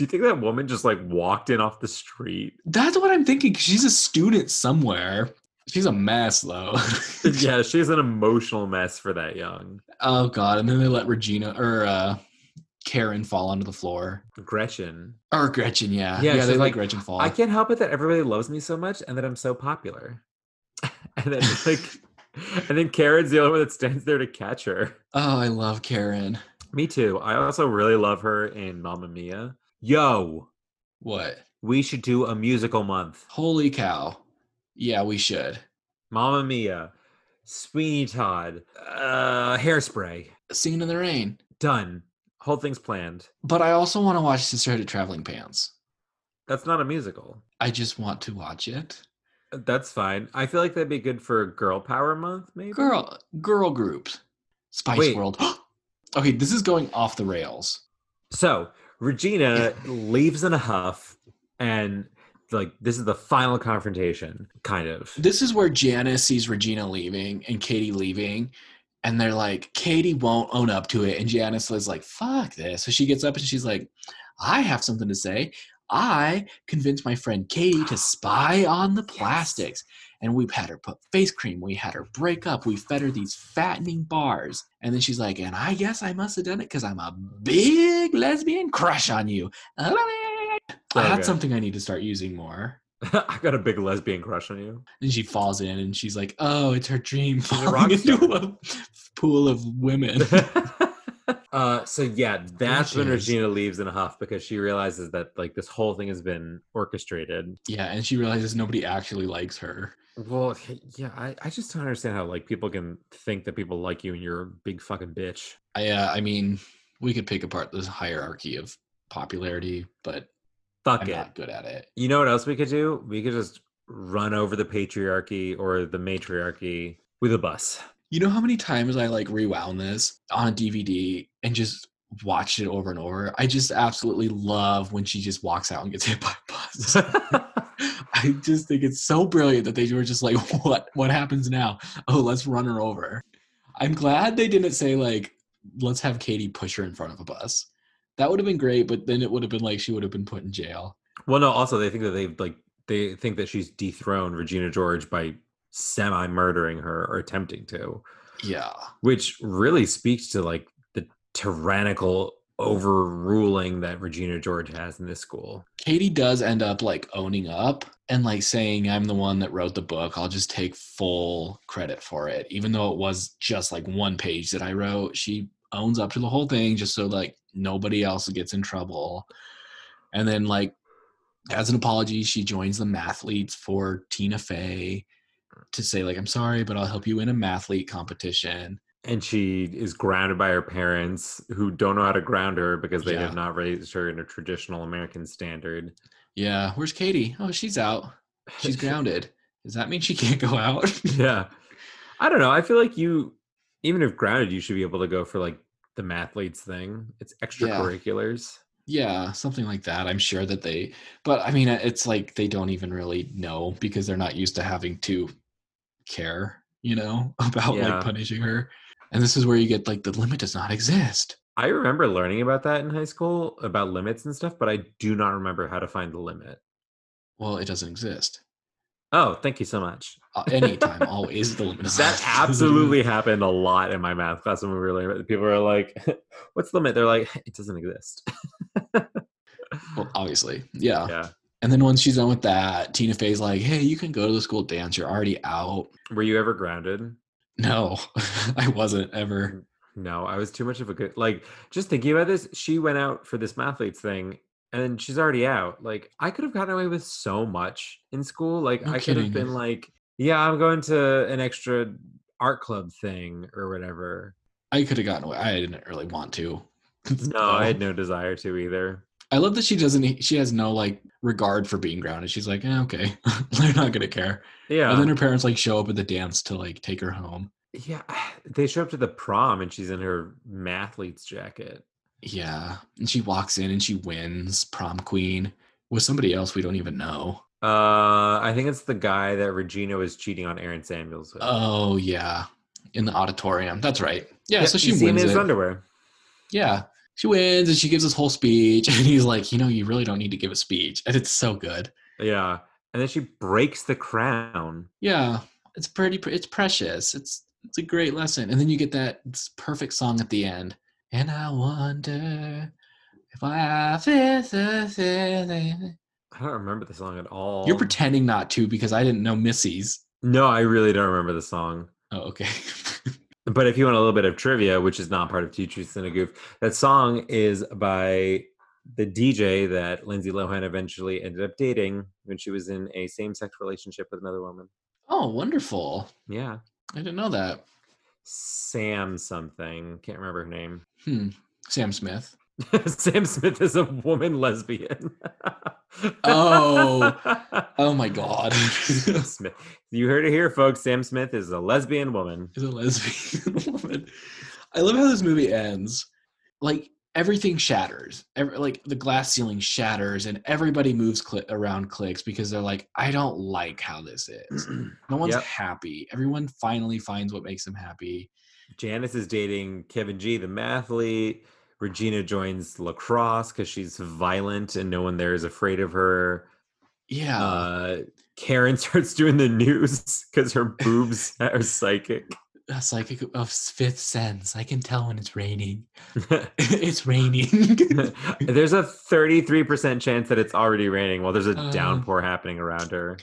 you think that woman just like walked in off the street?
That's what I'm thinking. 'cause She's a student somewhere. She's a mess though.
yeah, she's an emotional mess for that young.
oh god, and then they let Regina or uh Karen fall onto the floor.
Gretchen.
Or Gretchen,
Yeah,
yeah. Yeah, they
she's
let
like,
Gretchen fall.
I can't help it that everybody loves me so much and that I'm so popular. and then like and then Karen's the only one that stands there to catch her.
oh, I love Karen.
Me too. I also really love her in Mamma Mia. Yo,
What?
we should do a musical month.
Holy cow. Yeah, we should.
Mamma Mia, Sweeney Todd, uh, Hairspray.
Singing in the rain.
Done. Whole thing's planned.
But I also want to watch Sisterhood of Traveling Pants.
That's not a musical.
I just want to watch it.
That's fine. I feel like that'd be good for Girl Power Month, maybe.
Girl girl groups. Spice
Wait.
World. okay, this is going off the rails.
So Regina leaves in a huff, and like this is the final confrontation, kind of.
This is where Janice sees Regina leaving and Katie leaving, and they're like, Katie won't own up to it. And Janice is like, fuck this. So she gets up and she's like, I have something to say. I convinced my friend Katie to spy on the plastics. And we've had her put face cream. We had her break up. We fed her these fattening bars. And then she's like, and I guess I must have done it because I'm a big lesbian crush on you. I
Okay.
had something I need to start using more.
I got a big lesbian crush on you.
And she falls in and she's like, oh, it's her dream
a
falling
rock
into
star.
a pool of women.
uh, so yeah, that's when
she is.
Regina leaves in a huff because she realizes that like this whole thing has been orchestrated.
yeah, and she realizes nobody actually likes her.
Well, h- yeah, I, I just don't understand how like people can think that people like you and you're a big fucking bitch.
I, uh, I mean, we could pick apart this hierarchy of popularity, but
Fuck
I'm
it.
not good at it.
You know what else we could do? We could just run over the patriarchy or the matriarchy with a bus.
You know how many times I like rewound this on a DVD and just watched it over and over? I just absolutely love when she just walks out and gets hit by a bus. I just think it's so brilliant that they were just like, what what happens now? Oh, let's run her over. I'm glad they didn't say like, let's have Katie push her in front of a bus. That would have been great, but then it would have been like she would have been put in jail.
well, no, also they think that they've like they think that she's dethroned Regina George by semi murdering her or attempting to,
Yeah.
which really speaks to like the tyrannical overruling that Regina George has in this school.
Katie does end up like owning up and like saying, I'm the one that wrote the book. I'll just take full credit for it. Even though it was just like one page that I wrote, she owns up to the whole thing just so like nobody else gets in trouble. And then, like, as an apology, she joins the mathletes for Tina Fey to say, like, I'm sorry, but I'll help you in a mathlete competition.
And she is grounded by her parents who don't know how to ground her because they have not raised her in a traditional American standard.
Yeah, where's Katie? Oh, she's out. She's grounded. Does that mean she can't go out?
yeah i don't know i feel like you even if grounded you should be able to go for like the mathletes thing it's extracurriculars
Yeah, something like that. I'm sure that they, but I mean, it's like they don't even really know because they're not used to having to care, you know, about
Yeah.
like punishing her. And this is where you get like the limit does not exist.
i remember learning about that in high school about limits and stuff but i do not remember how to find the limit
Well, it doesn't exist.
oh thank you so much
Uh, anytime, always the limit. Does not
that
exist.
absolutely happened a lot in my math class when we were learning about it. people are like what's the limit they're like it doesn't exist
Well, uh obviously, yeah.
yeah
And then once she's done with that, Tina Fey's like, "Hey, you can go to the school dance. You're already out."
were you ever grounded Mm.
No, I wasn't ever.
No, I was too much of a good like just thinking about this, she went out for this mathletes thing and she's already out. Like I could have gotten away with so much in school. Like
No
I could
kidding.
have been like, yeah, I'm going to an extra art club thing or whatever.
I could have gotten away. I didn't really want to.
No, I had no desire to either.
I love that she doesn't. She has no like regard for being grounded. She's like, eh, okay, they're not gonna care.
Yeah.
And then her parents like show up at the dance to like take her home.
yeah. They show up to the prom and she's in her mathletes jacket.
Yeah, and she walks in and she wins prom queen with somebody else we don't even know.
Uh I think it's the guy that Regina was cheating on Aaron Samuels with.
Oh yeah, in the auditorium. That's right. Yeah, so
you
she
see him
wins
in his
it.
underwear.
yeah, she wins and she gives this whole speech, and he's like, you know, you really don't need to give a speech, and it's so good.
Yeah. And then she breaks the crown.
Yeah, it's pretty. It's precious. It's it's a great lesson. And then you get that s- perfect song at the end. And I wonder if I feel the feeling.
I don't remember the song at all.
You're pretending not to because I didn't know Missy's.
No, I really don't remember the song.
Oh, okay.
But if you want a little bit of trivia, which is not part of Two Truths and a Goof, that song is by the DJ that Lindsay Lohan eventually ended up dating when she was in a same sex relationship with another woman.
oh, wonderful.
Yeah.
I didn't know that.
Sam something. Can't remember her name.
Hmm. Sam Smith.
Sam Smith is a woman lesbian.
Oh. Oh my God.
Sam
Is
Smith. You heard it here, folks. Sam Smith is a lesbian woman.
a lesbian woman. I love how this movie ends. Like everything shatters. Every, like the glass ceiling shatters, and everybody moves cli around clicks because they're like, I don't like how this is. No one's
Yep.
happy. Everyone finally finds what makes them happy.
Janice is dating Kevin G, the mathlete. Regina joins lacrosse because she's violent and no one there is afraid of her.
Yeah.
Uh, Karen starts doing the news because her boobs are psychic.
a psychic of fifth sense. I can tell when it's raining. it's raining.
there's a 33% chance that it's already raining while there's a
Uh.
downpour happening around her.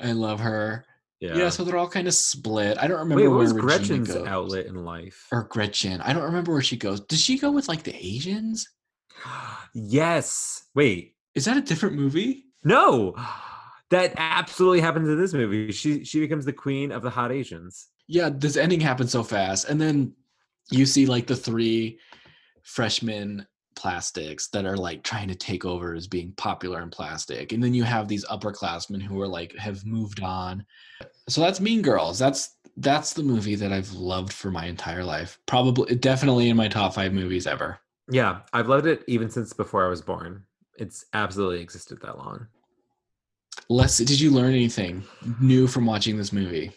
I love her.
Yeah.
Yeah. so they're all kind of split. I don't remember
Wait, what
where
was
Regina
Gretchen's
goes.
outlet in life?
or Gretchen. I don't remember where she goes. Does she go with like the Asians?
yes. Wait.
Is that a different movie?
No. That absolutely happens in this movie. She she becomes the queen of the hot Asians.
Yeah, this ending happened so fast. And then you see like the three freshmen plastics that are like trying to take over as being popular in plastic. And then you have these upperclassmen who are like have moved on. So that's Mean Girls. That's that's the movie that I've loved for my entire life. Probably definitely in my top 5 movies ever.
Yeah, I've loved it even since before I was born. It's absolutely existed that long.
Les, did you learn anything new from watching this movie?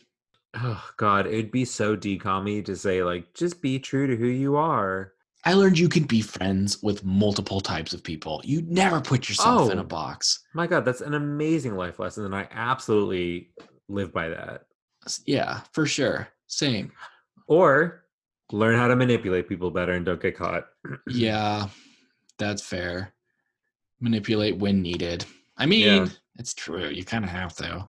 Oh God, it'd be so decommy to say like just be true to who you are.
I learned you can be friends with multiple types of people. You never put yourself in
Oh.
a box.
My God, that's an amazing life lesson, and I absolutely live by that.
S- Yeah, for sure. Same.
Or learn how to manipulate people better and don't get caught.
Yeah, that's fair. Manipulate when needed. I mean, it's true. You kind of have to.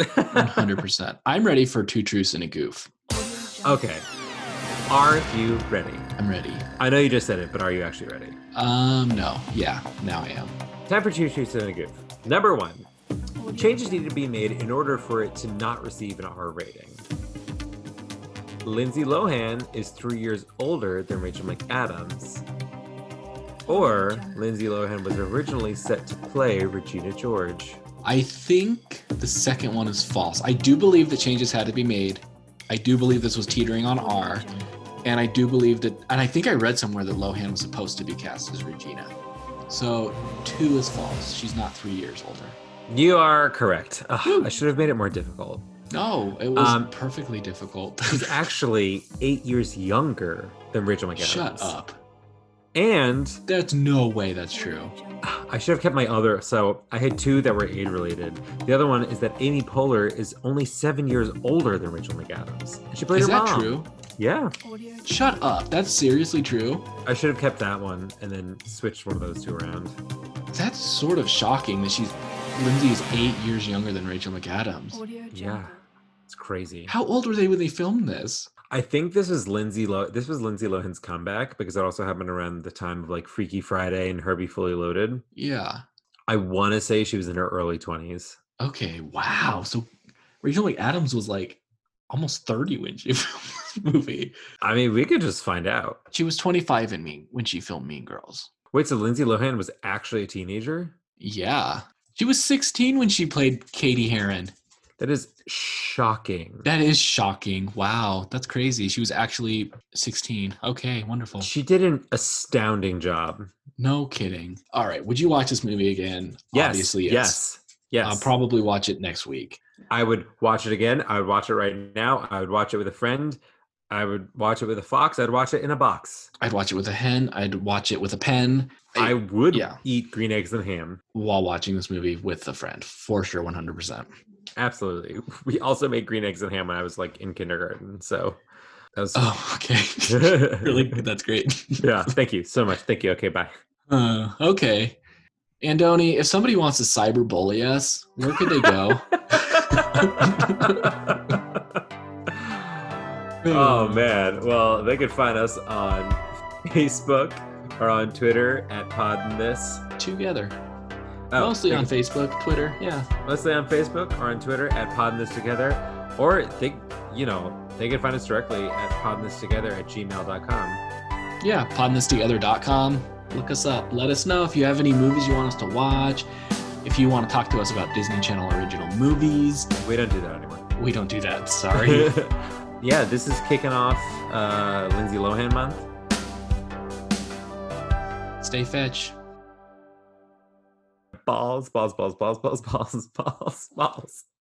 100%. I'm ready for two truths and a goof.
okay, are you ready?
I'm ready.
I know you just said it, but are you actually ready?
Um, no. Yeah, now I am.
Time for two truths and a goof. Number one, changes need to be made in order for it to not receive an R rating. Lindsay Lohan is three years older than Rachel McAdams, or Lindsay Lohan was originally set to play Regina George.
I think the second one is false. I do believe that changes had to be made. I do believe this was teetering on R. And I do believe that, and I think I read somewhere that Lohan was supposed to be cast as Regina. So two is false. She's not three years older.
You are correct. Ugh, I should have made it more difficult.
No, Oh, it was
Um,
perfectly difficult.
She's actually eight years younger than Rachel McAdams.
Shut up.
And
That's no way that's true.
I should have kept my other. So I had two that were aid related. The other one is that Amy Poehler is only seven years older than Rachel McAdams. And she played
Is
her
that
mom.
true?
Yeah,
Shut up. That's seriously true.
I should have kept that one and then switched one of those two around.
That's sort of shocking that she's Lindsay is eight years younger than Rachel McAdams.
Yeah, it's crazy.
How old were they when they filmed this?
I think this was Lindsay Lo- this was Lindsay Lohan's comeback because it also happened around the time of like Freaky Friday and Herbie Fully Loaded.
Yeah.
I want to say she was in her early 20s.
Okay. Wow. So Rachel McAdams was like almost 30 when she filmed this movie.
I mean, we could just find out.
She was 25 in Mean when she filmed Mean Girls.
Wait, so Lindsay Lohan was actually a teenager?
Yeah. She was 16 when she played Katie Heron.
That is shocking.
That is shocking. Wow. That's crazy. She was actually 16. Okay. Wonderful.
She did an astounding job.
No kidding. All right. Would you watch this movie again?
Yes.
Obviously, yes. Uh,
yes. Yes.
I'll probably watch it next week.
I would watch it again. I would watch it right now. I would watch it with a friend. I would watch it with a fox. I'd watch it in a box.
I'd watch it with a hen. I'd watch it with a pen I-
I would
yeah.
eat green eggs and ham.
while watching this movie with a friend. For sure. 100%.
Absolutely. We also made green eggs and ham when I was like in kindergarten. So that was
Oh, okay. really?
really
That's great.
yeah. Thank you so much. Thank you. Okay. Bye.
Uh, okay. Andoni, if somebody wants to cyberbully us, where could they go?
oh man. Well, they could find us on Facebook or on Twitter at Pod and This.
Together.
Oh,
Mostly
they
on
could-
Facebook, Twitter. Yeah.
mostly on Facebook or on Twitter at Pod and This Together. Or they you know, they can find us directly at podthistogether at gmail.com.
Yeah. Podthistogether.com. Look us up. Let us know if you have any movies you want us to watch. If you want to talk to us about Disney Channel original movies,
We don't do that anymore.
we don't do that. Sorry.
yeah, this is kicking off uh, Lindsay Lohan month.
Stay fetch.
Balls, balls, balls, balls, balls, balls, balls, balls.